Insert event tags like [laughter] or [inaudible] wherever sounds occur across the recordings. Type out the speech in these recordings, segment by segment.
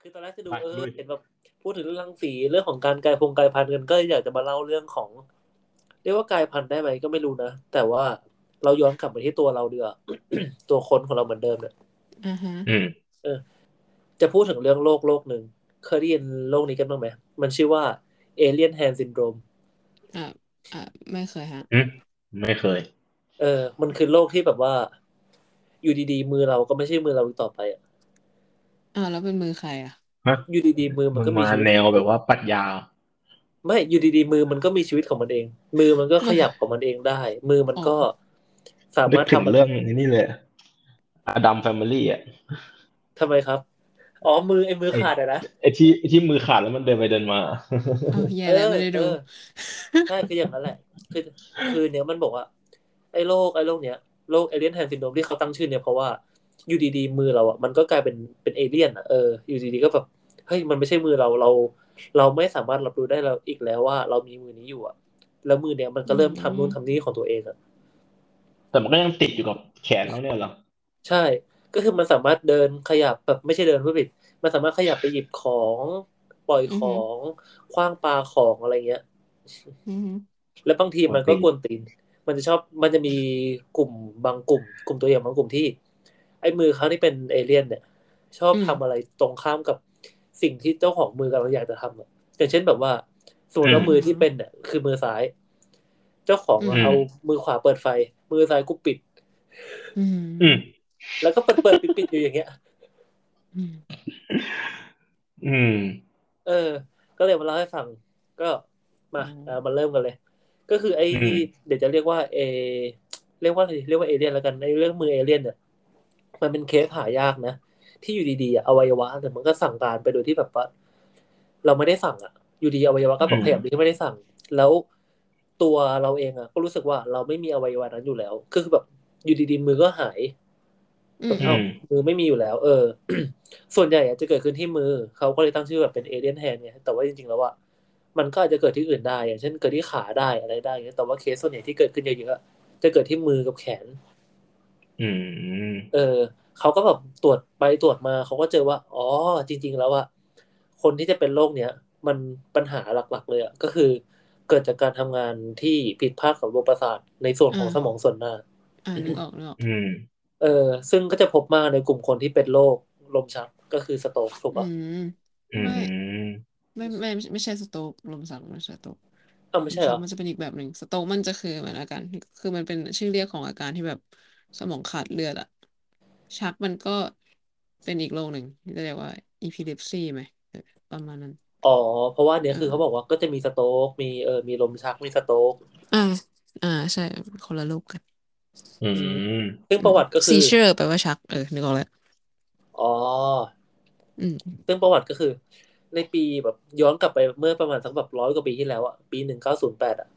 คือตอนแรกจะดู ไป เออ ลุย เห็นแบบพูดถึงเรื่องรังสีเรื่องของการกลายพงกลายพันธุ์กันก็อยากจะมาเล่าเรื่องของ เรียกว่ากลายพันธุ์ได้ไหมก็ไม่รู้นะ แต่ว่าเราย้อนกลับมาที่ตัวเราเดือ [coughs] ตัวคนของเราเหมือนเดิมเนี่ย อือฮึ อืม จะพูดถึงเรื่องโรคโรคหนึ่งเคยได้ยินโรคนี้กันบ้างไหมมันชื่อว่าเอเลียนแฮนซินโดรม อ่าอ่าไม่เคยฮะ ไม่เคย เออ มันคือโรคที่แบบว่า อยู่ดีๆ มือเราก็ไม่ใช่มือเราอีกต่อไปอ่ะ อ่าวแล้วเป็นมือใครอ่ะ อยู่ดีๆ มือมัน มัน ก็มี มา ชีวิต แนวแบบว่าปรัชญา ไม่ อยู่ดีๆ มือมันก็มีชีวิตของมันเอง มือมันก็ขยับของมันเองได้ มือมันก็ อ๋อ สา นึก มารถ ถึ ทำ ง อะไร เรื่องนี้เลยอดัมแฟมิลี่อ่ะ ทำไมครับ อ๋อ มือไอ้มือขาดอะนะ ไอ้ที่ไอ้ที่มือขาดแล้วมันเดินไปเดินมา [laughs] เอาแย่ เอ แล้ว อ ไม่ได้ดู เออ ใช่คืออย่างนั้นแหละ คือคือเนี้ยมันบอกว่า ไอ้โรคไอ้โรคเนี้ยโรคเอเลียนแฮนซินโดมที่เขาตั้งชื่อเนี่ยเพราะว่าอยู่ดีๆ มือเราอ่ะมันก็กลายเป็นเป็นเอเลี่ยนอ่ะเอออยู่ดีๆก็แบบเฮ้ยมันไม่ใช่มือเราเรา เราไม่สามารถรับรู้ได้เราอีกแล้วว่า เรามีมือนี้อยู่อ่ะ แล้วมือเนี้ยมันก็เริ่มทำนู่นทำนี่ของตัวเองอ่ะ แต่มันก็ยังติดอยู่กับแขนเขาเนี่ยเหรอ ใช่ ก็คือมันสามารถเดินขยับแบบไม่ใช่เดินผู้ผิด มันสามารถขยับไปหยิบของปล่อยของคว้างปลาของอะไรเงี้ย อือฮึ แล้วบางทีมันก็กวนตีน มันจะชอบ มันจะมีกลุ่มบางกลุ่ม กลุ่มตัวอย่างบางกลุ่มที่ ไอ้มือเขาที่เป็นเอเลี่ยนเนี่ย ชอบทำอะไรตรงข้ามกับสิ่งที่เจ้าของมือกำลังอยากจะทำอะอย่างเช่นแบบว่าสมมติว่ามือที่เป็นเนี่ยคือมือซ้าย เจ้าของอะเอามือขวาเปิดไฟ มือซ้ายกูปิด อืม อืม แล้วก็เปิดเปิดปิดปิดอยู่อย่างเงี้ย อืม อืม เออ ก็เลยมาเล่าให้ฟัง ก็มาเออมาเริ่มกันเลย ก็คือไอ้ อืม เดี๋ยวจะเรียกว่าเอ เรียกว่าอะไรเรียกว่าเอเลี่ยนแล้วกันไอ้เรื่องมือเอเลี่ยนเนี่ยมันเป็นเคสหายากนะ ที่อยู่ดีๆอะอวัยวะแต่ยมันก็สั่งการไปโดยที่แบบว่า เราไม่ได้สั่งอ่ะ อยู่ดีอวัยวะก็แบบขยับโดยที่ไม่ได้สั่ง แล้วตัวเราเองอ่ะ ก็รู้สึกว่าเราไม่มีอวัยวะนั้นอยู่แล้ว ก็คือแบบอยู่ดีๆมือก็หาย อืม เอ้ามือไม่มีอยู่แล้ว เออ [clears throat] ส่วนใหญ่อะจะเกิดขึ้นที่มือ เขาก็เลยตั้งชื่อแบบเป็นเอเลียนแฮนไงแต่ว่าจริงๆแล้วอ่ะมันก็อาจจะเกิดที่อื่นได้อย่างเช่นเกิดที่ขาได้อะไรได้อย่างเงี้ยแต่ว่าเคสส่วนใหญ่ที่เกิดขึ้นเยอะๆอะจะเกิดที่มือกับแขน อืม เออเขาก็แบบตรวจไปตรวจมาเขาก็เจอว่า อ๋อ จริง ๆ แล้วอะคนที่จะเป็นโรคเนี้ยมันปัญหาหลักๆ เลยอะก็คือ เกิดจากการทำงานที่ผิดพลาดของระบบประสาทในส่วนของสมองส่วนหน้า อ่านึกออกนึกออก อืม เออซึ่งก็จะพบมากในกลุ่มคนที่เป็นโรคลมชักก็คือสโตรกถูกปะ อืม อื ไม่ ม ไม่ไม่ไม่ใช่สโตรกลมสักไม่ใช่สโตรก อ้าวไม่ใช่เหรอ มันจะเป็นอีกแบบหนึ่งสโตรกมันจะคือเหมือนอาการ คือมันเป็นชื่อเรียกของอาการที่แบบสมองขาดเลือดอะชักมันก็เป็นอีกโรคหนึ่งที่เรียกว่า epilepsy ไหมเออประมาณนั้น อ๋อ เพราะว่าเนี่ยคือเขาบอกว่าก็จะมีสโตรกมีเออมีลมชักมีสโตรก อ่า อ่า ใช่ คนละโรคกัน อืม ซึ่งประวัติก็คื ซี อ เชอร์แปลว่าชัก เออ นึกออกแล้ว อ๋อ อืม ซึ่งประวัติก็คือ ในปีแบบย้อนกลับไปเมื่อประมาณสักแบบร้อยกว่าปีที่แล้วอะปีหนึ่งเก้าศูนย์แปดอะ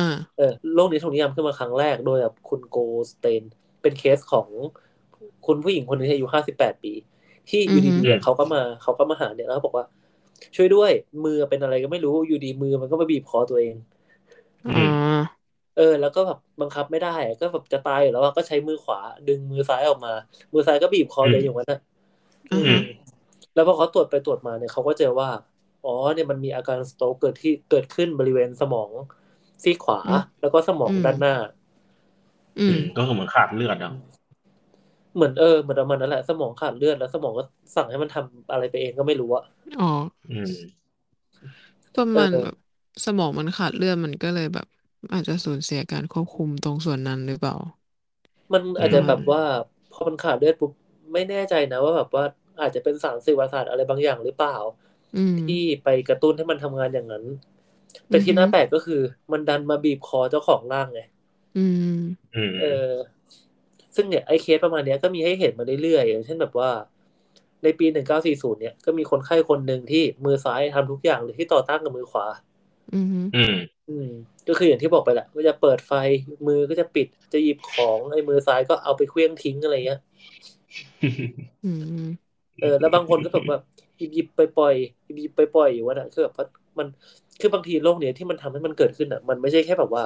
อ่า เออโรคนี้ถูกนิยามขึ้นมาครั้งแรกโดยแบบคุณโกสเตน เป็นเคสของคุณผู้หญิงคนหนึงที่อายุห้าสิบแปดปี ที่อยู่ดี อือฮึ ๆอะเขาก็มาเขาก็มาหาเนี่ยแล้วเขาบอกว่า ช่วยด้วยมือเป็นอะไรก็ไม่รู้อยู่ดีมือมันก็มาบีบคอตัวเอง อื อ่าม เออ แล้วก็แบบบังคับไม่ได้อะก็แบบจะตายอยู่แล้วอะก็ใช้มือขวา ดึงมือซ้ายออกมา มือซ้ายก็บีบคอเลยอยู่งั้นอะ อ่า อื ฮะ ม แล้วพอเขาตรวจไปตรวจมาเนี่ยเขาก็เจอว่า อ๋อเนี่ยมันมีอาการสโตรกเกิดที่เกิดขึ้นบริเวณสมองซีกขวา แล้วก็สมองด้านหน้า อื อื ม ม ก็คือเหมือนขาดเลือดอ่ะ เหมือนเออเหมือนประมาณนั้นแหละสมองขาดเลือดแล้วสมองก็สั่งให้มันทำอะไรไปเองก็ไม่รู้อะ อ๋อ อืม ประ เอ มาณ อ แบบสมองมันขาดเลือดมันก็เลยแบบ อาจจะสูญเสียการควบคุมตรงส่วนนั้นหรือเปล่า มัน อืม อาจจะแบบว่าพอมันขาดเลือดปุ๊บไม่แน่ใจนะว่าแบบว่าอาจจะเป็นสารสื่อประสาทอะไรบางอย่างหรือเปล่า อืม ที่ไปกระตุ้นให้มันทำงานอย่างนั้น อื แต่ อ ที่ ฮึ น่าแปลกก็คือ มันดันมาบีบคอเจ้าของร่างไง อืม อืม เออซึ่งเนี่ยไอ้เคสประมาณเนี้ยก็มีให้เห็นมาเรื่อยๆอย่างเช่นแบบว่า ในปีหนึ่งเก้าสี่ศูนย์เนี่ยก็มีคนไข้คนหนึ่งที่มือซ้ายทำทุกอย่างเลยที่ต่อต้านกับมือขวา อือฮึ อืม อืม ก็คืออย่างที่บอกไปแหละก็จะเปิดไฟมือก็จะปิดจะหยิบของไอ้มือซ้ายก็เอาไปเคลี้ยงทิ้งอะไรเงี้ย อืม เออแล้วบางคนก็แบบว่าหยิบหยิบไปปล่อยหยิบหยิบไปปล่อยอยู่ว่าน่ะคือแบบว่ามันคือบางทีโรคเนี้ยที่มันทำให้มันเกิดขึ้นอ่ะ มันไม่ใช่แค่แบบว่า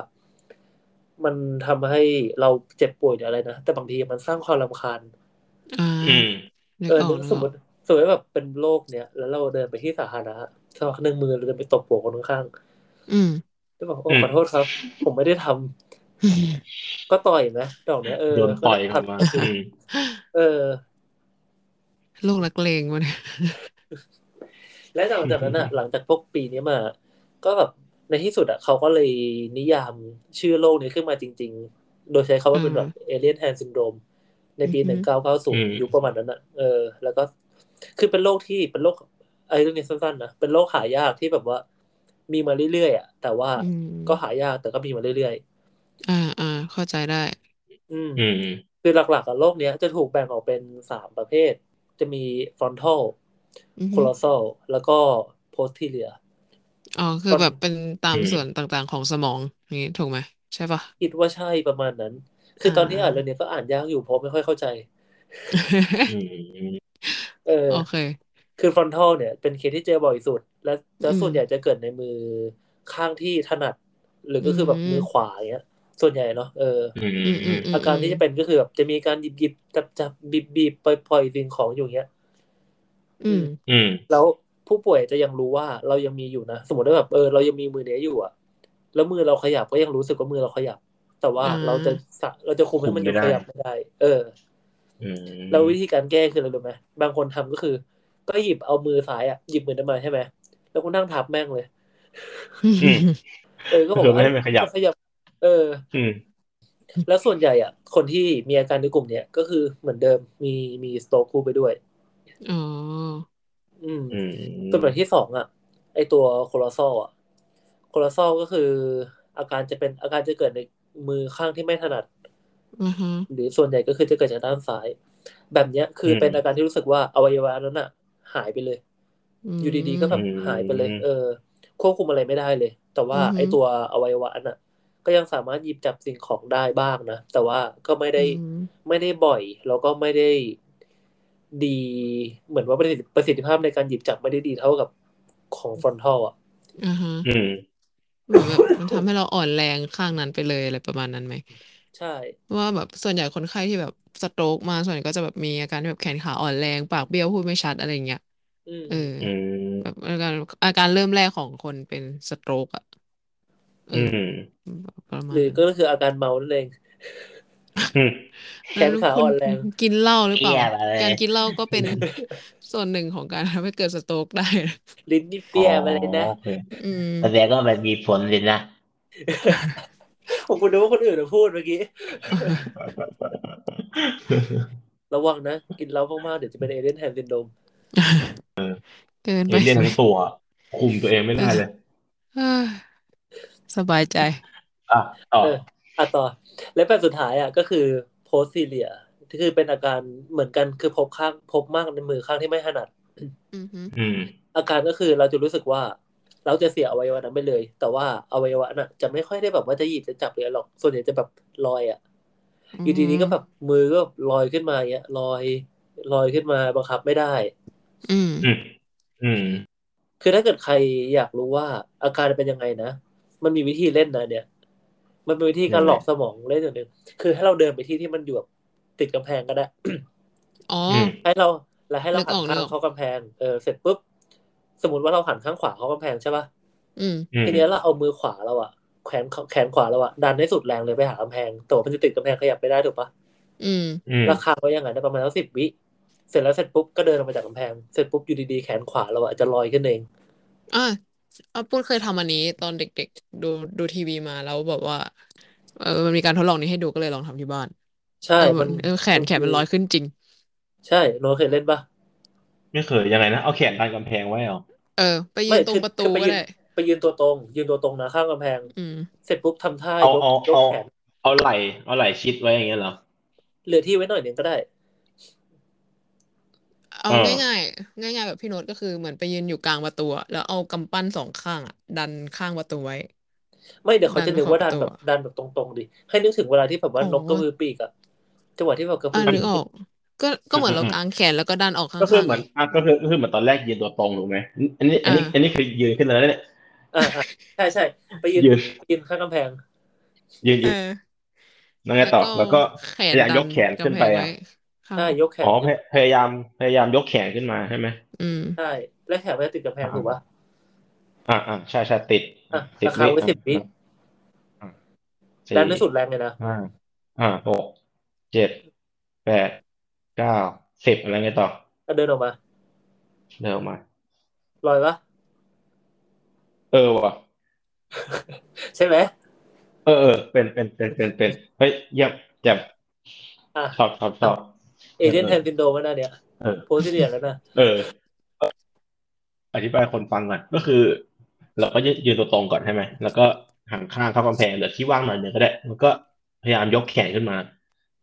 มันทำให้เราเจ็บป่วยหรืออะไรนะแต่บางทีมันสร้างความรำคาญ อ่า อืม นึ เอก อ ออ นึ ก ก นึก ส อ ม อ ม ก ติ สมมติแบบเป็นโรคเนี้ยแล้วเราเดินไปที่สาธารณะสมัครหนึ่งมือเราเดินไปตบหัวคนข้าง อืม [laughs] ๆแล้วบอกโอ้ อืม ขอโทษครับ ผมไม่ได้ทำก็ต่อยไหมดอกเนี้ยเออ โดนปล่อยเข้า ก็ มา ทำ อืม เออ โลกนักเลงวะเนี่ย และหลังจากนั้นอ่ะ หลังจากพวกปีนี้มา ก็แบบในที่สุดอ่ะเขาก็เลยนิยามชื่อโรคนี้ขึ้นมาจริง ๆ โดยใช้คาว่าเป็นแบบเอเลียนแฮนซินโดมในปี 1990 ยุคประมาณนั้นอ่ะเออ แล้วก็คือเป็นโรคที่เป็นโรคไอ้เรื่องนี้สั้นๆนะเป็นโรคหายากที่แบบว่า มีมาเรื่อยๆอ่ะแต่ว่า อืม ก็หายากแต่ก็มีมาเรื่อย อ่าอ่าเข้าใจได้ ๆอืม อืม คือหลักๆอะโรคเนี้ยจะถูกแบ่งออกเป็นสามประเภท จะมี frontal อือฮึ colossal แล้วก็ posterior อ๋อคือแบบเป็นตาม อืม ส่วนต่างๆของสมองนี้ถูกไหมใช่ปะ คิดว่าใช่ประมาณนั้น คือตอนที่ อ่า อ่านเรื่องเนี้ยก็อ่านยากอยู่เพราะไม่ค่อยเข้าใจ อืม เออ โอเค คือ frontal เนี่ยเป็นเคสที่เจอบ่อยสุด และจะ อืม ส่วนใหญ่จะเกิดในมือข้างที่ถนัด หรือก็คืออ ม แบบมือขวาอย่างเงี้ย ส่วนใหญ่เนาะเออ อืม อืมอืมอืม อาการที่จะเป็นก็คือแบบจะมีการหยิบหยิบจับจับบีบบีบปล่อยปล่อยสิ่งของอยู่เงี้ย อืม อืม แล้วผู้ป่วยจะยังรู้ว่าเรายังมีอยู่นะ สมมติว่าแบบเออเรายังมีมือเนี้ยอยู่อะแล้วมือเราขยับก็ยังรู้สึกว่ามือเราขยับ แต่ว่า อ่า เราจะสะเราจะคุมให้มันหยุด คุม ขยับไม่ได้ไม่ได้ เออ อืม แล้ววิธีการแก้คืออะไรรู้ไหมบางคนทำก็คือ ก็หยิบเอามือซ้ายอะหยิบมือนั้นมาใช่ไหมแล้วก็นั่งทับแม่งเลย อืม เออก็บอก คือ ว่า ไม่ให้มันขยับ ขยับ เออ อืม แล้วส่วนใหญ่อะคนที่มีอาการในกลุ่มเนี้ยก็คือเหมือนเดิมมีมีสโตรกคู่ไปด้วย อ๋อ [laughs] อืม อืม ส่วนแบบที่สองอ่ะ ไอตัวโคลอซอลอ่ะโคลอซอลก็คือ อาการจะเป็นอาการจะเกิดในมือข้างที่ไม่ถนัด อือฮะ หรือส่วนใหญ่ก็คือจะเกิดจากด้านซ้าย แบบเนี้ยคือเป็นอาการที่รู้สึกว่าอวัยวะนั้นอ่ะ หายไปเลย ม อยู่ดีๆก็แบบหายไปเลย เออ ควบคุมอะไรไม่ได้เลย แต่ว่า อือฮึ ไอตัวอวัยวะน่ะ ก็ยังสามารถหยิบจับสิ่งของได้บ้างนะแต่ว่าก็ไม่ได้ อืม ไม่ได้บ่อย แล้วก็ไม่ได้ดี เหมือนว่าประสิทธิประสิทธิภาพในการหยิบจับไม่ได้ดีเท่ากับของฟรอนทัลอ่ะ อ่าฮะ อืม เหมือนแบบมันทำให้เราอ่อนแรงข้างนั้นไปเลยอะไรประมาณนั้นไหม ใช่ ว่าแบบส่วนใหญ่คนไข้ที่แบบสโตรกมาส่วนใหญ่ก็จะแบบมีอาการที่แบบแขนขาอ่อนแรง ปากเบี้ยวพูดไม่ชัดอะไรอย่างเงี้ย อืม เออ อืม แบบอาการอาการเริ่มแรกของคนเป็นสโตรกอ่ะเอ อื อ ม ประมา ห ณ รือ นั้น ก็คืออาการเมานั่นเอง อืม แขนขาอ่อนแรง คุณกินเหล้าหรือเปล่า เหี้ยอะไร การกินเหล้าก็เป็น ส่วนหนึ่งของการทำให้เกิดสโตรกได้ ลิ้นนี่เปรี้ยมาเลยนะ โอเค อืม แสดงว่ามันมีผลเลยนะ ผมคุณนึกว่าคนอื่นน่ะพูดเมื่ [laughs] อกี้ ระวังนะ กินเหล้ามากๆ เดี๋ยวจะเป็นเอเดนแฮนซินโดม เกินไป เอเลี่ยน สำหรั ทั้ บ งตัว คุมตัวเองไม่ได้เลย เอ้ยสบายใจ อ่ะต่อ เอออ่ะต่อ และแบบสุดท้ายอ่ะก็คือโพสซีเลียคือเป็นอาการเหมือนกันคือพบข้างพบมากในมือข้างที่ไม่ถนัด อือฮึ อืม อาการก็คือเราจะรู้สึกว่า เราจะเสียอวัยวะนั้นไปเลย แต่ว่าอวัยวะน่ะ จะไม่ค่อยได้แบบว่าจะหยิบจะจับหรืออะไรหรอกส่วนใหญ่จะแบบลอยอ่ะอยู่ดีๆก็แบบมือก็ลอยขึ้นมาอย่างเงี้ยลอยลอยขึ้นมาบังคับไม่ได้ อืม อืม อืม คือถ้าเกิดใครอยากรู้ว่าอาการเป็นยังไงนะ มันมีวิธีเล่นนะเนี่ย มันเป็นวิธีการหลอกสมองเล่นอย่างหนึ่งคือให้เราเดินไปที่ที่มันอยู่แบบติดกำแพงก็ได้ อ๋อ อืม ให้เราแล้วให้เรา นึก หั อน อก ข้าง นึกออก เข้ากำแพงเออเสร็จปุ๊บสมมติว่าเราหันข้างขวาเข้ากำแพงใช่ป่ะ อืม อืม ทีเนี้ยเราเอามือขวาเราอะแขนแขนขวาเราอะดันให้สุดแรงเลยไปหากำแพงแต่ว่ามันจะติดกำแพงขยับไม่ได้ถูกปะ อืม อืม ราคางไว้อยังไงได้ประมาณสักสิบวิเสร็จแล้วเสร็จปุ๊บก็เดินออกมาจากกำแพงเสร็จปุ๊บอยู่ดีๆแขนขวาเราอะจะลอยขึ้นเอง อ่ะอาปุ้นเคยทำอันนี้ตอนเด็กๆ ดูดูทีวีมาแล้วแบบว่า เออมันมีการทดลองนี้ให้ดูก็เลยลองทำที่บ้าน ใช่ เออ มั มัน น เออแขน มั แขน คื มันลอยขึ้นจริง ใช่โน้ตเคยเล่นปะ ไม่เคยยังไงนะ เอาแขนดันกำแพงไว้เหรอ เออ ไปยื ไม่ นตรง คือ ประตู คือไป ก็ ยืน ได้ ไปยืนตัวตรง ยืนตัวตรงนะข้างกำแพง อืม เสร็จปุ๊บทำท่า เอา ยกยกเอาเอา แขน เอาไหล่เอาไหล่ชิดไว้อย่างเงี้ยเหรอ เหลือที่ไว้หน่อยหนึ่งก็ได้ เอา เออ ง่ายๆง่ายๆแบบพี่โน้ตก็คือเหมือนไปยืนอยู่กลางประตูอะแล้วเอากำปั้นสองข้างอะดันข้างประตูไว้ ไม่เดี๋ยวเขา ดั จะ น นึก ขอบ ว่า ป ดั ระ น ตู แบบ อะ ดันแบบตรงๆดิให้นึกถึงเวลาที่แบบว่า อ๋นอกกระพือปีกอะจังหวะที่แบบกระพือ่ะอปีนึก ก ออก ก็ก็เหมือนเรา อืม กางแขนแล้วก็ดันออกข้ ก็คือา เห งๆ มื ไง อนอ่ะก็คือก็คือเหมือนตอนแรกยืนตัวตรงถูกไหมอันนี้ อันนี้ อ่า อันนี้คือยืนขึ้นแล้วเนี่ย อ่าอ่าใช่ใช่ไปยืน ยืน ไปยืนข้างกำแพง ยืน เอ ยื อน แล้วไง แล้ว ต่อ ก็ แล้วก็ แข พ น ยายามยดัน กแขน กำ ขึ้น แพ ไป งไว้ อ่ะ ข้าง ใช่ยกแขน อ๋อพยพยายามพยายามยกแขนขึ้นมาใช่ไหม อืม ใช่และแขนไม่ได้ติดกับแพงถูกปะ อ่าอ่าใช่ใช่ติด อ่ะ สิบ ราคาไว้สิบวิ อ่ะ แรงในสุดแรงเลยนะ ห้าอ่าหกเจ็ดแปดเก้าสิบอะไรไงต่อ ก็เดินออกมา เร็วมา ลอยปะ เออว่ะ ใช่ไหม เออเออเป็นเป็นเป็นเป็นเป็นเฮ้ยเยี่ยมเยี่ยม อ่ะ ชอบชอบชอบ เอเลียนแทนซินโดมาหน้าเนี่ย เออ โพสิเดียแล้วนะ เออ อธิบายคนฟังก่อนก็คือ เราก็ยืนตัวตรงก่อนใช่ไหมแล้วก็หันข้างเข้ากำแพงเหลือที่ว่างหน่อยหนึงก็ได้ มันก็พยายามยกแขนขึ้นมา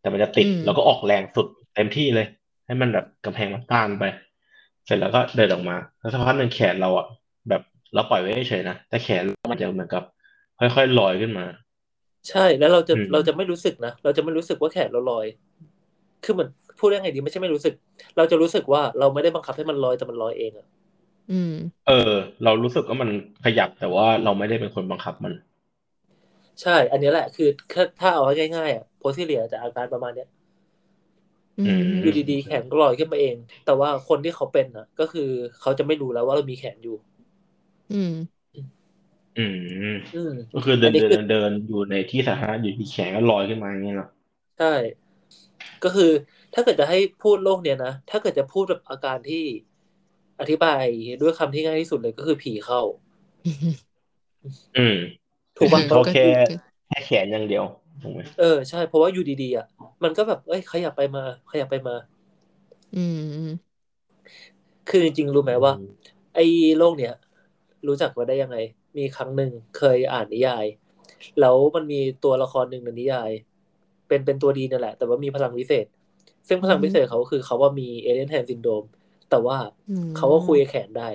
แต่มันจะติด อืม เราก็ออกแรงสุดเต็มที่เลย ให้มันแบบกำแพงมันต้านไป เสร็จแล้วก็เดินออกมาแล้วสักพักหนึ่งแขนเราอ่ะแบบเราปล่อยไว้เฉยๆนะแต่แขนเรามันจะเหมือนกับ ค่อยๆลอยขึ้นมา ใช่แล้วเราจะ อืม เราจะไม่รู้สึกนะเราจะไม่รู้สึกว่าแขนเราลอย คือเหมือนพูดได้ไงดีไม่ใช่ไม่รู้สึก เราจะรู้สึกว่าเราไม่ได้บังคับให้มันลอยแต่มันลอยเองอะ อืม เออ เรารู้สึกว่ามันขยับแต่ว่าเราไม่ได้เป็นคนบังคับมัน ใช่ อันนี้แหละคือถ้าถ้าเอาให้ง่ายๆอ่ะโพสิเดียจะอาการประมาณเนี้ย อืม อืม อยู่ดีๆแขนก็ลอยขึ้นมาเอง แต่ว่าคนที่เขาเป็นอ่ะ ก็คือเขาจะไม่รู้แล้วว่าเรามีแขนอยู่ อืม อืม อืม ก็คือเดิอันนนี้ เดิน คือ เดินเดินอยู่ในที่สาธารณะอยู่ที่แขนก็ลอยขึ้นมาอย่างเงี้ยเหรอ ใช่ ก็คือถ้าเกิดจะให้พูดโรคเนี้ยนะ ถ้าเกิดจะพูดแบบอาการที่อธิบายด้วยคำที่ง่ายที่สุดเลยก็คือผีเข้า อืม ถูกปะ [laughs] อืม เขา เพราะ แค่ ก็คือ แค่แขนอย่างเดียวถูกไหม เออใช่ เพราะว่าอยู่ดีๆอ่ะ มันก็แบบ เอ้ยขยับไปมา ขยับไปมา อืมอืม คือจริงๆรู้ไหมว่า ไอ้โรคเนี้ยรู้จักมาได้ยังไง มีครั้งหนึ่งเคยอ่านนิยาย แล้วมันมีตัวละครหนึ่งในนิยาย เป็นเป็นตัวดีนั่นแหละ แต่ว่ามีพลังวิเศษ ซึ่งพลังวิเศษเขาคือเขาว่ามีเอเ e นแฮนซินโดมแต่ว่า อืม เขาก็คุยกับแขนได้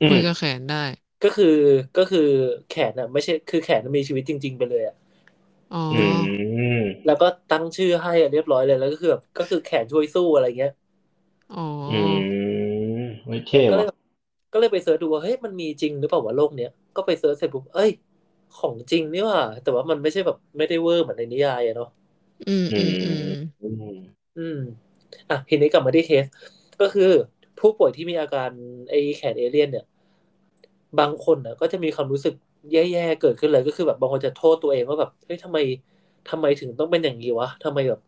อื คุ ม ยกับแขนได้ ก็คือก็คือแขนอ่ะ ไม่ใช่คือแขนน่ะมีชีวิตจริง ๆ ไปเลยอ่ะ อ๋อ อืม แล้วก็ตั้งชื่อให้อะเรียบร้อยเลยแล้วก็คือแบบก็คือแขนช่วยสู้อะไรเงี้ย อ๋อ อืมเฮ้ยเท่ ก็เล ว่ะ ยแบบก็เลยไปเสิร์ชดูว่าเฮ้ยมันมีจริงหรือเปล่าวะโลกเนี้ยก็ไปเสิร์ชเสร็จปุ๊บเอ้ย ของจริงนี่หว่าแต่ว่ามันไม่ใช่แบบไม่ได้เวอร์เหมือนในนิยายอะเนาะ อืมอืมอืม อืม อืมอ่ะทีนี้กลับมาที่เคส ก็คือผู้ป่วยที่มีอาการไอ้แขนเอเลี่ยนเนี่ย บางคนน่ะ ก็จะมีความรู้สึกแย่ๆเกิดขึ้นเลยก็คือแบบบางคนจะโทษตัวเองว่าแบบเฮ้ยทำไมทำไมถึงต้องเป็นอย่างนี้วะทำไมแบบ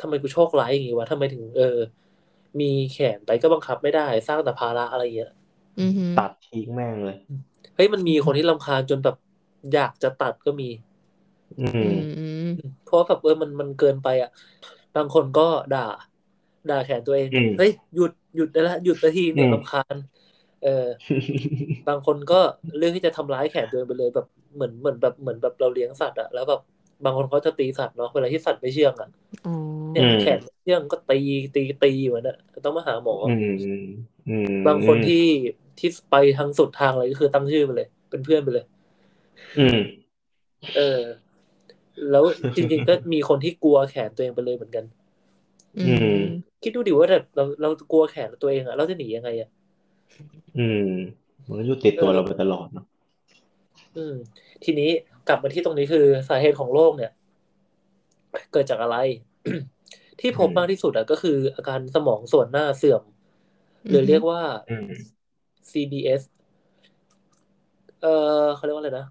ทำไมกูโชคร้ายอย่างนี้วะทำไมถึงเออ มีแขนไปก็บังคับไม่ได้สร้างแต่ภาระอะไรอย่างเงี้ย อืมอืม ตัดทิ้งแม่งเลย เฮ้ยมันมีคนที่รำคาญจนแบบอยากจะตัดก็มี อื อื ม มอืม เพราะว่าแบบเออมันมันเกินไปอ่ะ บางคนก็ด่า ด่าแขนตัวเอง อืม เฮ้ยหยุดหยุดได้ละหยุดสักทีเนี่ย อืม รำคาญเออบางคนก็เลือกที่จะทำร้ายแขนตัวเองไปเลยแบบเหมือนเหมือนแบบเหมือนแบบเราเลี้ยงสัตว์อ่ะแล้วแบบบางคนเขาจะตีสัตว์เนาะเวลาที่สัตว์ไม่เชื่องอ่ะ อ๋อ เนี่ย อืม แขนไม่เชื่องก็ตีตีตีเหมือนอ่ะก็ต้องมาหาหมออ อืมอืม บางคนที่ที่ไปทางสุดทางเลยก็คือตั้งชื่อไปเลย เป็นเพื่อนไปเลย อืม เออ แล้วจริงๆก็มีคนที่กลัวแขนตัวเองไปเลยเหมือนกัน อื อืม ม คิดดูดิว่าแบบเราเรากลัวแขนตัวเองอะเราจะหนียังไงอะ อืมมันก็อยู่ติดตัวเราไปตลอดเนาะ อืม ทีนี้กลับมาที่ตรงนี้คือสาเหตุของโรคเนี่ย เกิดจากอะไร [coughs] ที่พบมากที่สุดอะก็คืออาการสมองส่วนหน้าเสื่อม หรือเรียกว่า อืม CBS เออเขาเรียกว่าอะไรนะ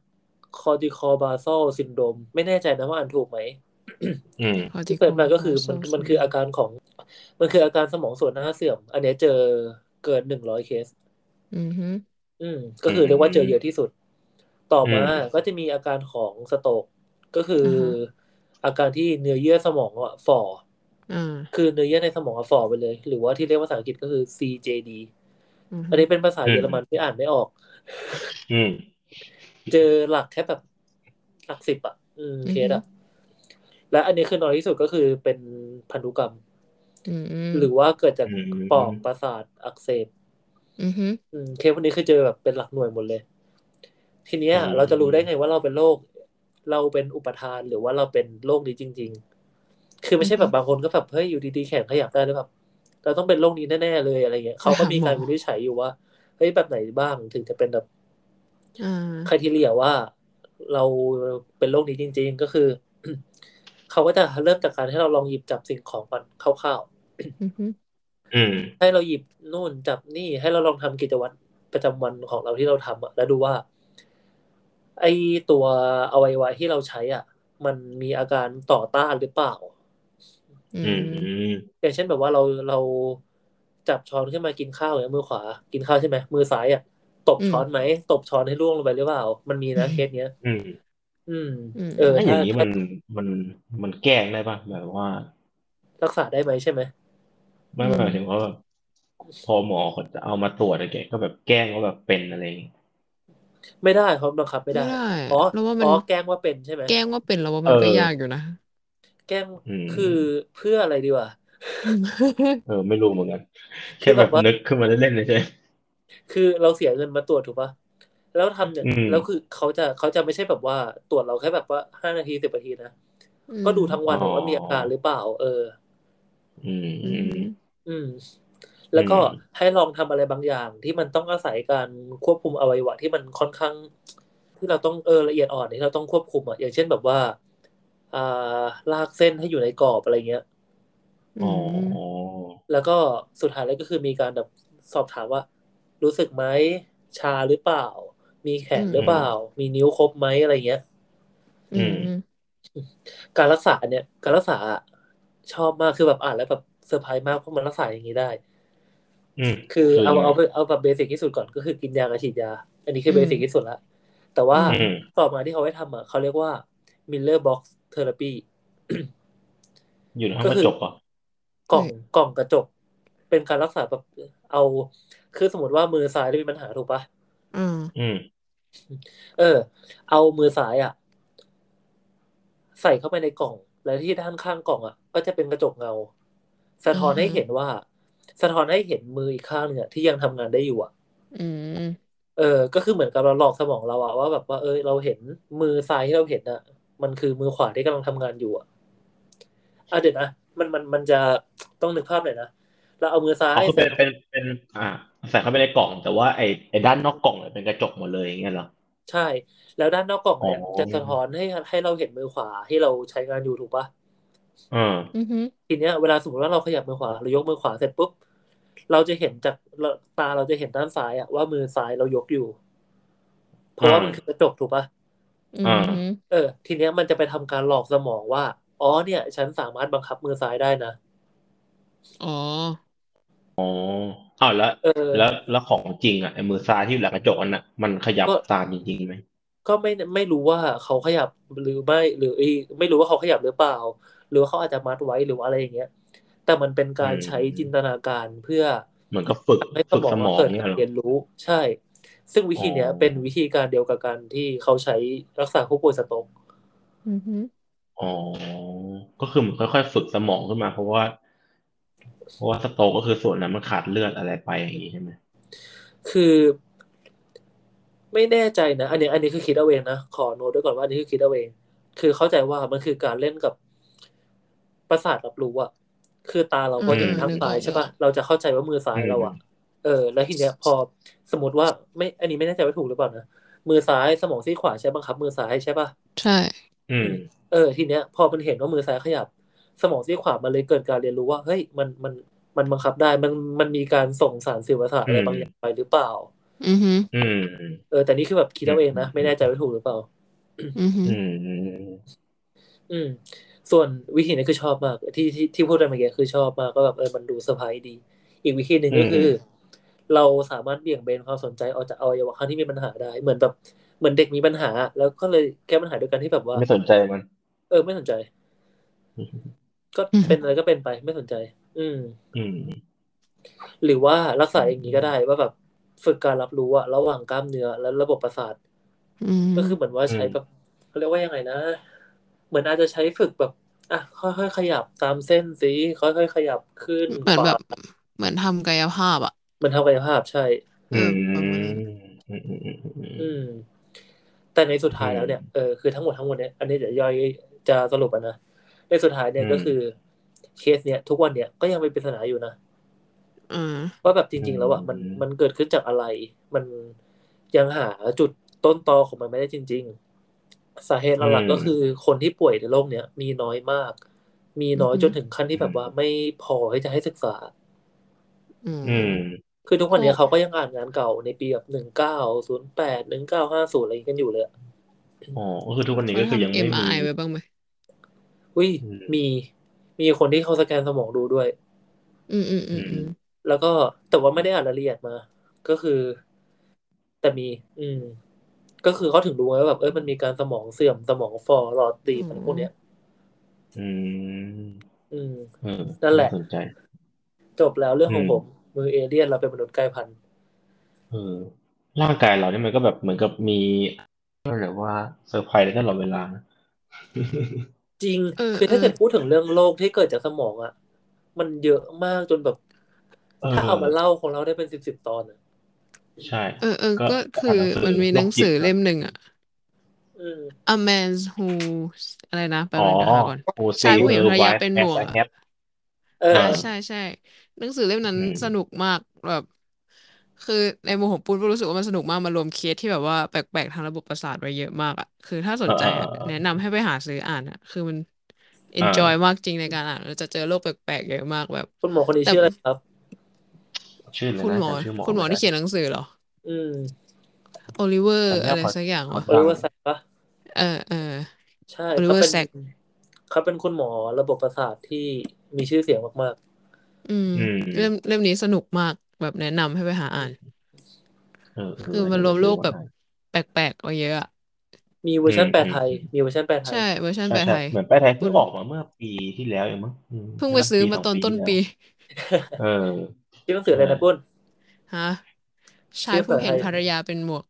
cortical basal syndrome ไม่แน่ใจนะว่าอ่านถูกไหม อืม ที่เกิดมาก็คือมัน Cortical มันคืออาการของ มันคืออาการสมองส่วนหน้าเสื่อม อันเนี้ยเจอเกินหนึ่งร้อยเคส อืมฮึ อืม ก็คือเรียกว่าเจอเยอะที่สุด ต่อมา อืม ก็จะมีอาการของสโตรกก็คืออา ฮะ อาการที่เนื้อเยื่อสมองอะฝ่อ อ่า คือเนื้อเยื่อในสมองอะฝ่อไปเลย หรือว่าที่เรียกภาษาอังกฤษก็คือ CJD อืม อันนี้เป็นภาษาเยอรมันที่อ่านไม่ออก อืม เจอหลักแค่แบบหลักสิบอ่ะ อืมเคสอ่ะ และอันนี้คือน้อยที่สุดก็คือเป็นพันธุกรรม อืม หรือว่าเกิดจาก อืม ปอดประสาทอักเสบ อืมฮึ อืมเคสพวกนี้คือเจอแบบเป็นหลักหน่วยหมดเลย ทีเนี้ย อืม เราจะรู้ได้ไงว่าเราเป็นโรคเราเป็นอุปทานหรือว่าเราเป็นโรคนี้จริง ๆ คือไม่ใช่แบบบางคนก็แบบเฮ้ยอยู่ดีๆแขนขยับได้แล้วแบบเราต้องเป็นโรคนี้แน่ๆเลยอะไรเงี้ยเขาก็มีการวินิจฉัยอยู่ว่าเฮ้ยแบบไหนบ้างถึงจะเป็นแบบ อ่า [clears throat] คุณทีเรียว่า เราเป็นโรคนี้จริง ๆ ก็คือ เขาก็จะเริ่มจากการให้เราลองหยิบจับสิ่งของก่อนคร่าว อือฮึ อืม ๆให้เราหยิบนู่นจับนี่ให้เราลองทำกิจวัตรประจำวันของเราที่เราทำอะแล้วดูว่า ไอตัวอวัยวะที่เราใช้อ่ะ มันมีอาการต่อต้านหรือเปล่า อื อื ม ม อืม อย่างเช่นแบบว่าเราเราจับช้อนขึ้นมากินข้าวอย่างมือขวา กินข้าวใช่ไหมมือซ้ายอ่ะตบช้อนไหมตบช้อนให้ร่วงลงไปหรือเปล่า มันมีนะเคสเนี้ย อืม อืม อืม เออ ถ้าอย่างนี้มันมันมันแกล้งได้ป่ะแบบว่า รักษาได้ไหมใช่ไหม ไม่ไม่หมายถึงว่าแบบพอหมอเขาจะเอามาตรวจอะไรแกก็แบบแกล้งว่าแบบเป็นอะไรอย่างงี้ ไม่ได้เขาบังคับไม่ได้ อ๋อ เราว่ามัน อ๋อแกล้งว่าเป็นใช่ไหม แกล้งว่าเป็นเราว่ามันก็ยากอยู่นะ แกล้ง อืม คือเพื่ออะไรดีวะ เออไม่รู้เหมือนกันแค่แบบนึกขึ้นมาเล่นๆเฉย คือเราเสียเงินมาตรวจถูกปะแล้วทำเนี่ย อืม แล้วคือเขาจะเขาจะไม่ใช่แบบว่าตรวจเราแค่แบบว่าห้านาทีสิบนาทีนะ อืม ก็ดูทั้งวันว่ามีอาการหรือเปล่า เออ ๆอืม อื อื ม ม อืม แล้วก็ อืม ให้ลองทำอะไรบางอย่างที่มันต้องอาศัยการควบคุมอวัยวะที่มันค่อนข้าง ที่เราต้องเออละเอียดอ่อนที่เราต้องควบคุมอ่ะอย่างเช่นแบบว่าอ่าลากเส้นให้อยู่ในกรอบอะไรเงี้ย อื อ๋อ ม แล้วก็สุดท้ายแล้วก็คือมีการแบบสอบถามว่า รู้สึกไหมชาหรือเปล่า มีแขนหรือเปล่า มีนิ้วครบไหมอะไรเงี้ย อืมอืม การรักษาเนี่ย การรักษาชอบมากคือแบบอ่านแล้วแบบเซอร์ไพรส์มากเพราะมันรักษาอย่างนี้ได้ อืม คือ คือ เอา ยังไง เอาเอาเอาแบบเบสิกที่สุดก่อนก็คือกินยากับฉีดยา อันนี้คือเบสิกที่สุดละแต่ว่า อืม ต่อมาที่เขาให้ทำอ่ะเขาเรียกว่า Miller Box Therapy อยู่ในห้อง ก็ ก คื ระ อ จกเหรอ่ะ กล่องกล่องกระจก เป็นการรักษาแบบเอา คือสมมติว่ามือซ้ายได้มีปัญหาถูกปะ อ่า อืม เออ เอามือซ้ายอ่ะ ใส่เข้าไปในกล่อง แล้วที่ด้านข้างกล่องอ่ะ ก็จะเป็นกระจกเงา สะท้อนให้เห็นว่า สะท้อนให้เห็นมืออีกข้างหนึ่งอ่ะที่ยังทำงานได้อยู่อ่ะ อืม เออ ก็คือเหมือนกับเราหลอกสมองเราอ่ะว่าแบบว่าเออเราเห็นมือซ้ายที่เราเห็นอ่ะ มันคือมือขวาที่กำลังทำงานอยู่อ่ะอ่ะเดี๋ยวนะมันมันมันจะต้องนึกภาพหน่อยนะเราเอามือซ้า อ๋อย คือ ใส่ เป็นเป็นเป็น อ่า ใส่เข้าไปในกล่อง แต่ว่าไอ้ไอ้ด้านนอกกล่องเนี่ยเป็นกระจกหมดเลยอย่างเงี้ยเหรอ ใช่ แล้วด้านนอกกล่องเนี่ย อ๋อ จะสะท้อนให้ให้เราเห็นมือขวาที่เราใช้งานอยู่ถูกปะ เออ อืม ทีเนี้ยเวลาสมมติว่าเราขยับมือขวาเรายกมือขวาเสร็จปุ๊บเราจะเห็นจากเราตาเราจะเห็นด้านซ้ายอะว่ามือซ้ายเรายกอยู่ เพราะว่ามันคือกระจกถูกปะ อืมอืม เออ ทีเนี้ยมันจะไปทำการหลอกสมองว่าอ๋อเนี่ย ฉันสามารถบังคับมือซ้ายได้นะ อ๋อ อ๋ออ้าวแล้ว เออ แล้วแล้วของจริงอ่ะไอ้มือซ้ายที่อยู่หลังกระจกอันน่ะมันขยับ ก็ ตามจริงๆไหม ก็ไม่ไม่รู้ว่าเขาขยับหรือไม่หรือไอ้ไม่รู้ว่าเขาขยับหรือเปล่า หรือว่าเขาอาจจะมัดไว้หรือว่าอะไรอย่างเงี้ย แต่มันเป็นการใช้จินตนาการเพื่อ เหมือนก็ฝึก ให้ส ฝึก มอง สม เรา อง เกิด เงี้ กาย ร เหรอ เรียนรู้ใช่ ซึ่งวิธีเนี้ย อ๋อ เป็นวิธีการเดียวกับการที่เขาใช้รักษาผู้ป่วยสโตรก อืม อ๋อ ก็คือเหมันค่อยๆฝึกสมองขึ้นมา เพราะว่า เพราะว่าสโตรกก็คือส่วนนั้นมันขาดเลือดอะไรไปอย่างงี้ใช่ไหม คือไม่แน่ใจนะ อันเนี้ยอันนี้คือคิดเอาเองนะขอโน้ตด้วยก่อนว่าอันนี้คือคิดเอาเองคือเข้าใจว่ามันคือการเล่นกับประสาทรับรู้อะคือตาเราก็เห็นข้างซ้ายใช่ปะเราจะเข้าใจว่ามือซ้ายเราอะเออ แล้วทีเนี้ยพอสมมติว่าไม่ อันนี้ไม่แน่ใจว่าถูกหรือเปล่านะมือซ้ายสมองซีกขวาใช้บังคับมือซ้ายใช่ปะ ใช่ อืม เออทีเนี้ยพอมันเห็นว่ามือซ้ายขยับ สมองซีกขวามันเลยเกิดการเรียนรู้ว่าเฮ้ยมันมันมันบังคับได้มันมันมีการส่งสารสื่อประสาทอะไร อืม บางอย่างไปหรือเปล่า อืม อืม เออแต่นี่คือแบบคิดเอาเองนะ อืม ไม่แน่ใจว่าถูกหรือเปล่า อืม อืม อืม ส่วนวิธีนี้คือชอบมาก ที่ที่ที่พูดไปเมื่อกี้คือชอบมากก็แบบเออมันดูเซอร์ไพรส์ดี อีกวิธีหนึ่งก็คืออเราสามารถเบี่ยงเบนความสนใจออกจากอวัยวะข้างที่มีปัญหาได้ เหมือนแบบเหมือนเด็กมีปัญหา แล้วก็เลยแก้ปัญหาด้วยกันที่แบบว่า ไม่สนใจมัน เออไม่สนใจ ก็เป็นอะไรก็เป็นไปไม่สนใจ อืม อืม หรือว่ารักษาอย่างนี้ก็ได้ว่าแบบฝึกการรับรู้อะระหว่างกล้ามเนื้อและระบบประสาท อืม ก็คือเหมือนว่าใช้แบบเขาเรียกว่ายังไงนะ เหมือนอาจจะใช้ฝึกแบบอ่ะค่อยๆขยับตามเส้นสิค่อยๆขยับขึ้น เหมือ ข นแบ วา บเหมือนทำกายภาพอ่ะ มันทำกายภาพใช่ เออประมาณนั้น อืมอืมอืมอืม อืม แต่ในสุดท้ายแล้วเนี่ยเออคือทั้งหมดทั้งมวลเนี่ยอันนี้จะย่อยจะสรุปอะนะในสุดท้ายเนี่ยก็คือเคสเนี่ยทุกวันเนี่ยก็ยังเป็นปริศนาอยู่นะ อ่า ว่าแบบจริง ๆ แล้วอ่ะมันมันเกิดขึ้นจากอะไร มันยังหาจุดต้นตอของมันไม่ได้จริง สาเหตุหลัก อืม ๆก็คือคนที่ป่วยในโรคเนี้ยมีน้อยมาก มีน้อย อือจฮึนถึงขั้นที่แบบว่าไม่พอที่จะให้ศึกษา อืม อืม คือทุกวันเนี้ย โอ้ เขาก็ยังอ่านงานเก่าในปีแบบหนึ่งเก้าศูนย์แปดหนึ่งเก้าห้าศูนย์อะไรอย่างนี้กันอยู่เลยอะ อ๋อก็คือทุกวันนี้ เขา ก็คือยัง ทำ ไม่มี MRI ไว้บ้างไหม อุ้ย อืม มี มีคนที่เขาสแกนสมองดูด้วย อืมอืมอืมอืม แล้วก็แต่ว่าไม่ได้อ่านรายละเอียดมา ก็คือ แต่มี อืม ก็คือเขาถึงรู้ไงว่าแบบเอ้ยมันมีการสมองเสื่อมสมองฝ่อหลอดตีบอะไรพวกเนี้ย อืม อืม เออ นั่นแหละ าสนใจ จบแล้วเรื่องของ อืม ผม มือเอเลี่ยนเราเป็นมนุษย์กลายพันธุ์ เออ ร่างกายเราเนี่ยมันก็แบบเหมือนกับมีก็เรียกว่าเซอร์ไพรส์ได้ตลอดเวลานะ [laughs] จริง เออ คือถ้า เอ เกิด อ พูดถึงเรื่องโรคที่เกิดจากสมองอ่ะ มันเยอะมากจนแบบ เอ ถ้าเอา อ มาเล่าของเราได้เป็นสิบสิบตอนอะ ใช่ เออเออ ก็ก็ก็คือ อ่านหนังสือ มันมีห โร นั ค ง จิ สื ต อ นะ เล่มหนึ่งอะ อืม A man's who อะไรนะแป๊บ อ๋อ นึงนะคะก่อน โอ้ ชา ซี ยผู้หญิง เอ ภรไวยรา ท์ เป็น แอ หม ส ว ไอก อะ แฮป เอ อ่า อ ใช่ใช่หนังสือเล่มนั้น อืม สนุกมากแบบ คือในมุมของปูนปูรู้สึกว่ามันสนุกมากมารวมเคสที่แบบว่าแปลกๆทางระบบประสาทไว้เยอะมากอะคือถ้าส เอน อ ใจ เออ อะ เออ แนะนำให้ไปหาซื้ออ่านอะคือมัน อ่า enjoy มากจริงในการอ่านเราจะเจอโลกแปลกๆเยอะมากแบบ คุณหมอคนนี้ แต่ ชื่ออะไรครับ ชื่ออะไร คุณ นะ หมอ จำชื่อหมอ คุณหมอ ไม่ได้ที่เขียนหนังสือเหรอ อืม โอลิเวอร์ จำไม่ได้อะไร ขอ สักอย่าง ขอ วะ โอลิ ตั้ เวองร์แซกปะ เออเออ ใช่ โอลิ เขา เวอร์ เป็น แซก เขาเป็นคุณหมอระบบประสาทที่มีชื่อเสียงมาก อืม อืม เล่มเล่มนี้สนุกมากแบบแนะนำให้ไปหาอ่าน เออเออ คือ อัน มัน นี้ ร ไว้ วมโล ดู กแบ ว่า บแปลกๆไว้เยอะอะ ๆ มีเวอ อื ร์ชั ม นแปล อืม ไทย อืม มีเวอร์ชันแปลไท ใช่ ย เวอร์ชัน ใช่ แปลไท ใช่ ย เหมือนแปลไทย คุ เพิ่ง ณ ออกมาเมื่อปีที่แล้วเองมั้งอืม เพิ่ง ใช่ ไป ปะ ซื้อ ปี มา สอง ตปีอนต้น ที่แล้ว ปี เออ ชื่อหนังสืออะไร ใช่ นะปุ้น ฮะชา ชื่อยภา ผู้ ษา เห็ ไทยนภรรยาเป็นหมวก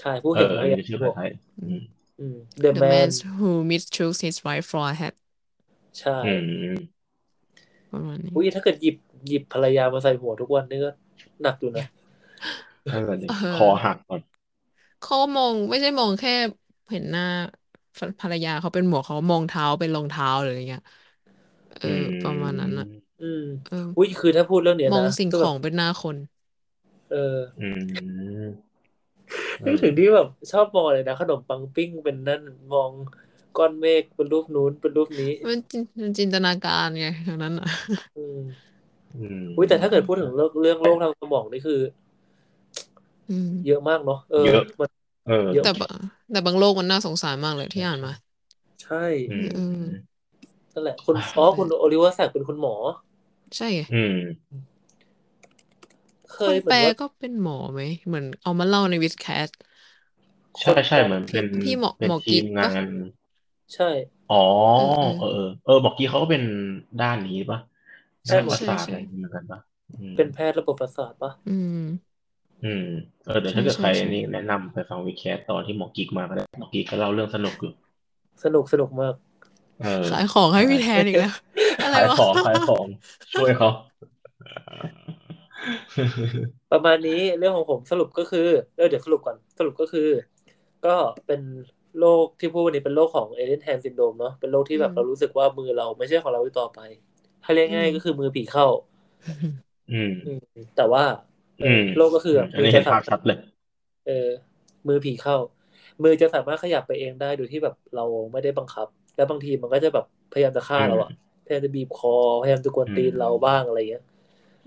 ชายผู้ เอ เห็นภรรยาออันนี้เป็นชื่อ โบ ภาษาก ไทย อื อื ม ม อืม The The Man man who mistook his wife for a hat ใช่ อืม ประมาณนี้ อุ้ยถ้าเกิดหยิบหยิบภรรยามาใส่หัวทุกวันนี่ก็หนักอยู่นะ นั่นแหละดิ เออ คอหักก่อน เขามองไม่ใช่มองแค่เห็นหน้าภรภรรยาเขาเป็นหมวกเขามองเท้าเป็นรองเท้าหรืออะไรเงี้ยเออ อื ประมาณนั้นอะ ม อืม เออ อุ้ยคือถ้าพูดเรื่องเนี้ย มอง นะ สิ่ง ก็ ข แบ อบ งเป็นหน้าคน เออ อืมเอ นึกถึง อ ที่แบบชอบมองเลยนะ ขนมปังปิ้งเป็นนั่นมองก้อนเมฆเป็นรูปนู้นเป็นรูปนี้ มันจินมันจินตนาการไงทั้งนั้นอะ อืม อืม อุ้ยแต่ถ้าเกิดพูด เอ ถึง อ เรื่องเรื่องโรคทางสมองนี่คือ อืม เยอะมากเนาะเออ เยอะ มัน เออ เยอะ แต่บแต่บางโลกมันน่าสงสารมากเลยที่ ใช่ อ่าน ใช่ มา ใช่ อืม เออ นั่นแหละคุณ อ่ะ อ๋อ เศร้าใจ คุณโอลิเวอร์แซกเป็นคุณหมอ ใช่ไง อืม เค คน ยเห แป มือ ล นว่า ก็เป็นหมอไหม เหมือนเอามาเล่าในวิดแคส ค ใช่ น ใช่ แปล เหมือน ที่ เป็น ที่หมอ เป็ หนมอ ที กิ๊ ม ก งา ปะ น ใช่ อ๋อ เออเออ เออเออเออบอกกี้เขาก็เป็นด้านนี้ป่ะ ใช่ ด้าน หม ป อ ระ ใช่ สาทอะ ใช่ ไรอย่างเงี้ยเหมือนกันป่ะอืม เป็นแพทย์ระบบประสาทปะ อืม อืม เออเดี๋ยว ใช่ ถ้าเกิด ใช่ ใคร ใช่ นี่แนะนำไปฟังวิแคสตอนที่หมอกิ๊กมาก็ได้หมอกิ๊กก็เล่าเรื่องสนุกอยู่ สนุกสนุกมาก เออ ขายของให้ ใช่ พี่แทนอีกแล้ว [laughs] อะไร ขายขอวะงขายของช่วยเขา ประมาณนี้เรื่องของผมสรุปก็คือเออเดี๋ยวสรุปก่อนสรุปก็คือ ก็เป็นโรคที่พูดวันนี้เป็นโรคของเอเลนแฮนซินโดมเนาะเป็นโรคที่ อื แบบ ม เรารู้สึกว่ามือเราไม่ใช่ของเราอีกต่อไป ถ้าเรียก อื ง่าย ม ก็คือมือผีเข้า อืม อืม แต่ว่า เอ อื อ ม โรคก็คือ อื แบ ม บ อัน มือ นี้ จะ เห็น สา ภาพ มาร ชั ถ ดเลย เออ มือผีเข้า มือจะสามารถขยับไปเองได้โดยที่แบบเราไม่ได้บังคับ แล้วบางทีมันก็จะแบบพยายามจะฆ่า อื เรา ม อะพยายามจะบีบคอพยายามจะกวน อื ตีน ม เราบ้างอะไรเงี้ย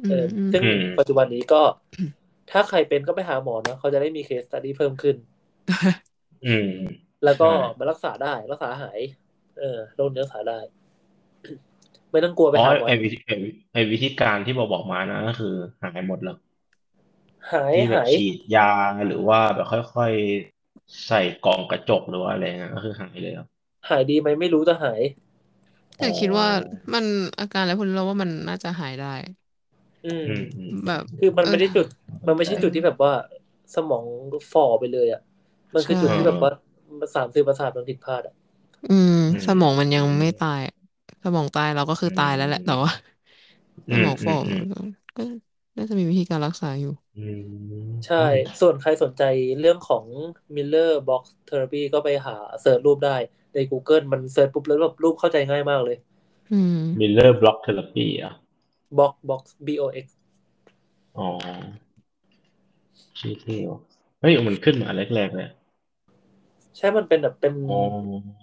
อื เออ มอืม ซึ่ง อืม ปัจจุบันนี้ก็ [coughs] ถ้าใครเป็นก็ไปหาหมอนะเขาจะได้มีเคส e ตัดี้เพิ่มขึ้น อืม แล้ว ใช่ ก็มารักษาได้รักษาหาย เออโรคเนื้อรักษาได้ [coughs] ไม่ต้องกลัวไป อ๋อ หาหมอ ไอวิธีไอวิไอวิธีการที่บอกบอกมานะก็คือหายหมดแล้ว หาย ที่แบบ หาย ฉีดยาหรือว่าแบบค่อยๆ ใส่กล่องกระจกหรือว่าอะไรนะก็คือหายเลยครับ หายดีไหมไม่รู้แต่หาย แต่ อ๋อ คิดว่ามันอาการอะไรพวกนี้เราว่ามันน่าจะหายได้ อืม อืมอืม แบบ คือมัน เออ ไม่ได้จุด น่าส มัน น ไม่ ใจ ใช่จุดที่แบบว่าสมองฝ่อไปเลยอ่ะ มันคือ ใช่ จุด เอ ที่แบบ อ ว่าสารสื่อประสาทมันผิดพลาดอ่ะ อืม อื ส ม มองมันยั อื ง ม ไม่ตาย สมองตายเราก็คือ อื ตายแล้วแหละ แต่ ม ว่า ส อื ม ม อง อื ฝ่อ มอืม ก็ก็น่าจะมีวิธีการรักษาอยู่ อืม ใช่ น่าสนใจ ส่วนใครสนใจเรื่องของ Miller Box Therapy ก็ไปหาเสิร์ชรูปได้ใน Google มันเสิร์ชปุ๊บแล้วแบบรูปเข้าใจง่ายมากเลย อืม มิลเลอร์บล็อกเทอราปีอ่ะ Box Box B O X อ๋อ ชื่อเท่ว่ะเฮ้ย มันขึ้นมาแรกๆเลย ใช่มันเป็นแบบเป็น อ๋อ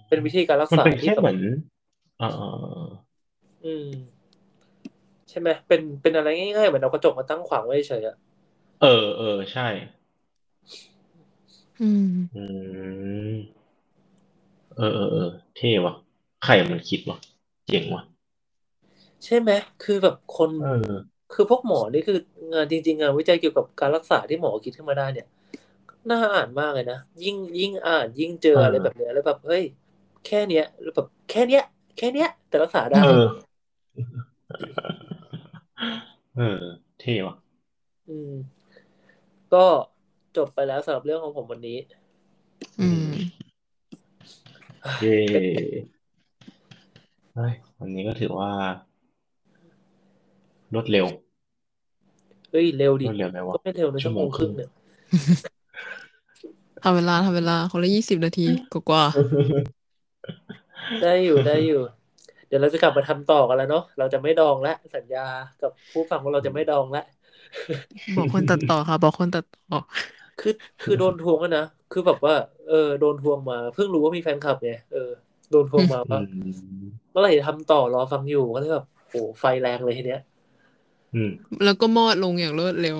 เป็นวิธีการรัก มัน ษา เป็น ที่ แค่ แบบ เหมือนอ่า อืม ใช่ไหมเป็นเป็นอะไรง่ายๆเหมือนเอากระจกมาตั้งขวางไว้เฉยๆอะ เออเออใช่ อืม อืม เออเออเออเท่ว่ะใครมันคิดวะเจ๋งว่ะ ใช่ไหมคือแบบคน เออ คือพวกหมอนี่คืองานจริงๆงานวิจัยเกี่ยวกับการรักษาที่หมอคิดขึ้นมาได้เนี่ยน่าอ่านมากเลยนะยิ่งยิ่งอ่าน ยิ่งเจอ เอออ อะไรแบบเนี้ยแล้วแบบเฮ้ยแค่เนี้ยแล้วแบบแค่เนี้ย แค่เนี้ย แต่รักษา เอ ได้ อ เออ เท่ว่ะ อืม ก็จบไปแล้วสำหรับเรื่องของผมวันนี้ อืม เย้เฮ้ยวันนี้ก็ถือว่า รวดเร็ว เฮ้ยเร็ว ร ดิ วดเร็วไหมวะ ก็ไม่เร็วนะชั่วโมงครึ่งเนี่ย ทำเวลาทำเวลาคนละยี่สิบนาทีกว่า ได้ [laughs] อยู่ได้อยู่ เดี๋ยวเราจะกลับมาทำต่อกันแล้วเนาะเราจะไม่ดองละสัญญากับผู้ฟังว่าเราจะไม่ดองละ ๆบอกคนตัดต่อค่ะ บอกคนตัดต่อ คือคือโดนทวงแล้วนะคือแบบว่า เออโดนทวงมาเพิ่งรู้ว่ามีแฟนคลับไงเออโดนทวงมา อื ว่าม เมื่อไหร่จะทำต่อรอฟังอยู่ก็เลยแบบโอ้ไฟแรงเลยทีเนี้ย อืม แล้วก็มอดลงอย่างรวดเร็ว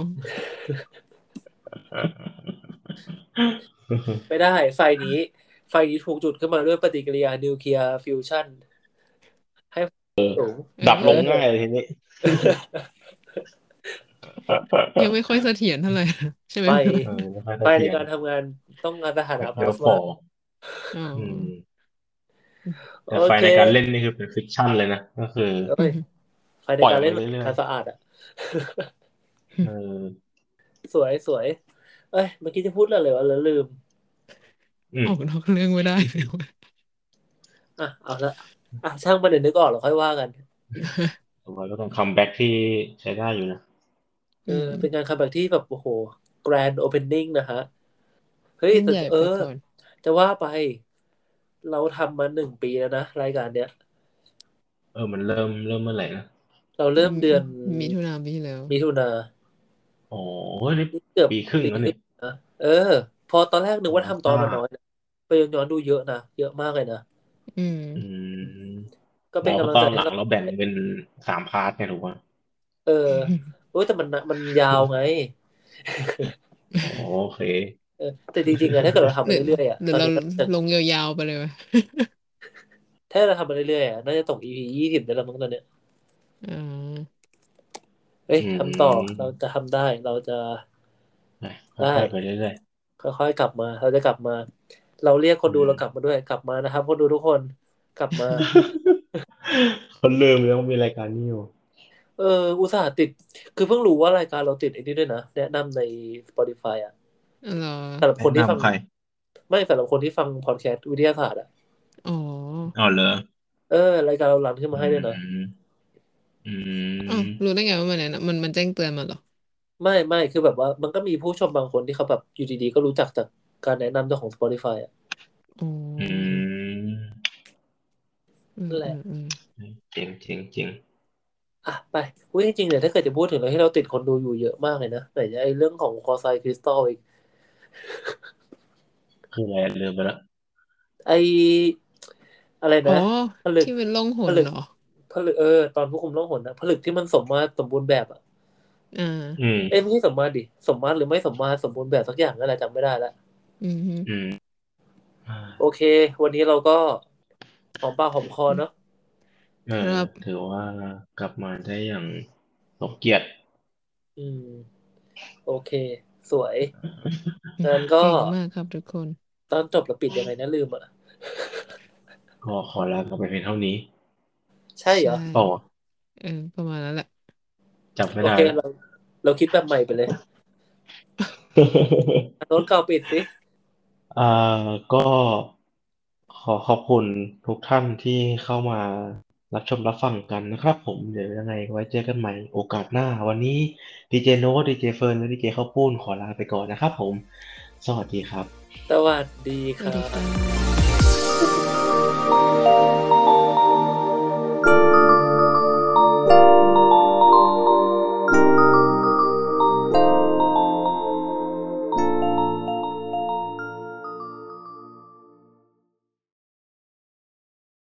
ไม่ได้ ไฟนี้ ไฟนี้ถูกจุดขึ้นมาด้วยปฏิกิริยานิวเคลียร์ฟิวชั่นให้สูง ดับลงง่ายเลยทีนี้ ยังไม่ค่อยเสถียรเท่า [laughs] ไหร่ใช่ไหม ไฟ เออไม่ค่อย ไฟ ได้ ใน เสียง การทำงานต้องการสถานะพา เดี๋ยว ส พ มา อ อ๋อ อืม แต่ โอ ไฟ เค ในการเล่นนี่คือเป็นฟิกชั่นเลยนะ ก็คือ เอ้ยไฟในการเล่น ปล่อยมันเรื่อยๆ การสะอาดอ่ะ เออ สวยสวยเอ้ยเมื่อกี้จะพูดอะไรวะแล้วลืม อืม ออกนอกเรื่องไม่ได้เลยว่ะ อ่ะเอาละอ่ะช่างมันเดี๋ยวนึกออกเราค่อยว่ากัน ผมว่าก็ต้องคัมแบ็กที่ใช้ได้อยู่นะ เออเป็นการคัมแบ็กที่แบบโอ้โห grand opening นะฮะ เฮ้ย ยิ่ง แต่ ใหญ่ เอ ไป อ ก่อน จะว่าไป เราทำมาหนึ่งปีแล้วนะ รายการเนี้ย เออ มันเริ่มเริ่มเมื่อไหร่นะ เราเริ่มเดือน มิถุนาปีที่แล้ว มิถุนา อ๋อเฮ้ยนี่ นี่เกือบ ปีครึ่งแล้วนี่ นะเออ พอตอนแรกนึกว่าทำตอนมาน้อยนะไปย้อนๆดูเยอะนะ เยอะมากเลยนะ อืม อืม ก็เป็น เรา กำลัง ตอ ใจ นหลั ให้ ง เรา เราแบ่งเป็นสามพาร์ทไงถูกป่ะ เออโอ้ยแต่มันนะมันยาวไง อ๋อโอเค เออ แต่จริงๆอะถ้าเกิดเราทำไป หรือ เรื่อยๆอะ หรือ ตอน เรา นี้ก็จะ ลงยาวๆไปเลยไหม ถ้าเราทำไปเรื่อยๆอะน่าจะตก EP ยี่สิบได้แล้วมั้งตอนเนี้ย อ่า เอ้ย อืม ทำต่อเราจะทำได้เราจะ นะค่อยๆไปเรื่อย ค่อยๆกลับมา เราจะกลับมา เราเรียกคนดูเรากลับมาด้วยกลับมานะครับ คนดูทุกคนกลับมา ๆ คนลืมแล้วามีรายการนี้อยู่ เออ อุตส่าห์ติด คือเพิ่งรู้ว่ารายการเราติดไอ้นี่ด้วยนะแนะนำใน Spotify อ่ะ เหรอ สำหรับคนที่ฟัง แะำใคร ไม่สำหรับคนที่ฟังพอดแคสต์วิทยาศาสตร์อ่ะ อ๋อ อ๋อเหรอ เออรายการเรารันขึ้นมาให้ด้วยนะ อืมอื อ้าว ม รู้ได้ไงว่ามันเนี่ยนะมันมันแจ้งเตือนมาเหรอ ไม่ไม่คือแบบว่า มันก็มีผู้ชมบางคนที่เขาแบบอยู่ดีๆก็รู้จักจากการแนะนำเจ้าของ Spotify อ่ะ อ๋อ อืม อืม นั่นแหละ อืม เจ๋งเจ๋งเจ๋ง อ่ะไปอุ้ยจริงๆเนี่ยถ้าเกิดจะพูดถึงเรื่องที่เราติดคนดูอยู่เยอะมากเลยนะไหนจะไอ้เรื่องของคอไซคริสตัลอีก คืออะไรลืมไปแล้ว ไออะไร อ๋อ นะผลึก ที่เป็นล่องห ผ น ลึก เหรอ ผลึกเออตอนผู้คุมโล่องหนนะผลึกที่มันสมมาตรสมบูรณ์แบบอ่ะ อ่า อืม เอ้ยไม่ใช่สมมาตรดิสมมาตรหรือไม่สมมาตรสมบูรณ์แบบสักอย่างนั่นแหละจำไม่ได้ละ อืมฮึ อืม โอเค วันนี้เราก็หอมปากหอมคอเนาะ เออถือว่ากลับมาได้อย่างสมเกียรติ อืม โอเค สวย งั้นก็ เก่งมากครับทุกคน ตอนจบเราปิดยังไงนะลืมอ่ะ ก็ขอลากันไปเพียงเท่านี้ ใช่เหรอ ใช่ เปล่า เออประมาณนั้นแหละ จำไม่ โอ ได้ เค แล้ว เรา เราคิดแบบใหม่ไปเลยอันโน้นเก่าปิดสิ อ่าก็ขอขอบคุณทุกท่านที่เข้ามารับชมรับฟังกันนะครับผมเดี๋ยวยังไงไว้เจอกันใหม่โอกาสหน้า วันนี้ดีเจโน้ตดีเจเฟิร์นและดีเจข้าวปุ้นขอลาไปก่อนนะครับผม สวัสดีครับ สวัสดี ส ค วัส รั ดี บ ค่ะ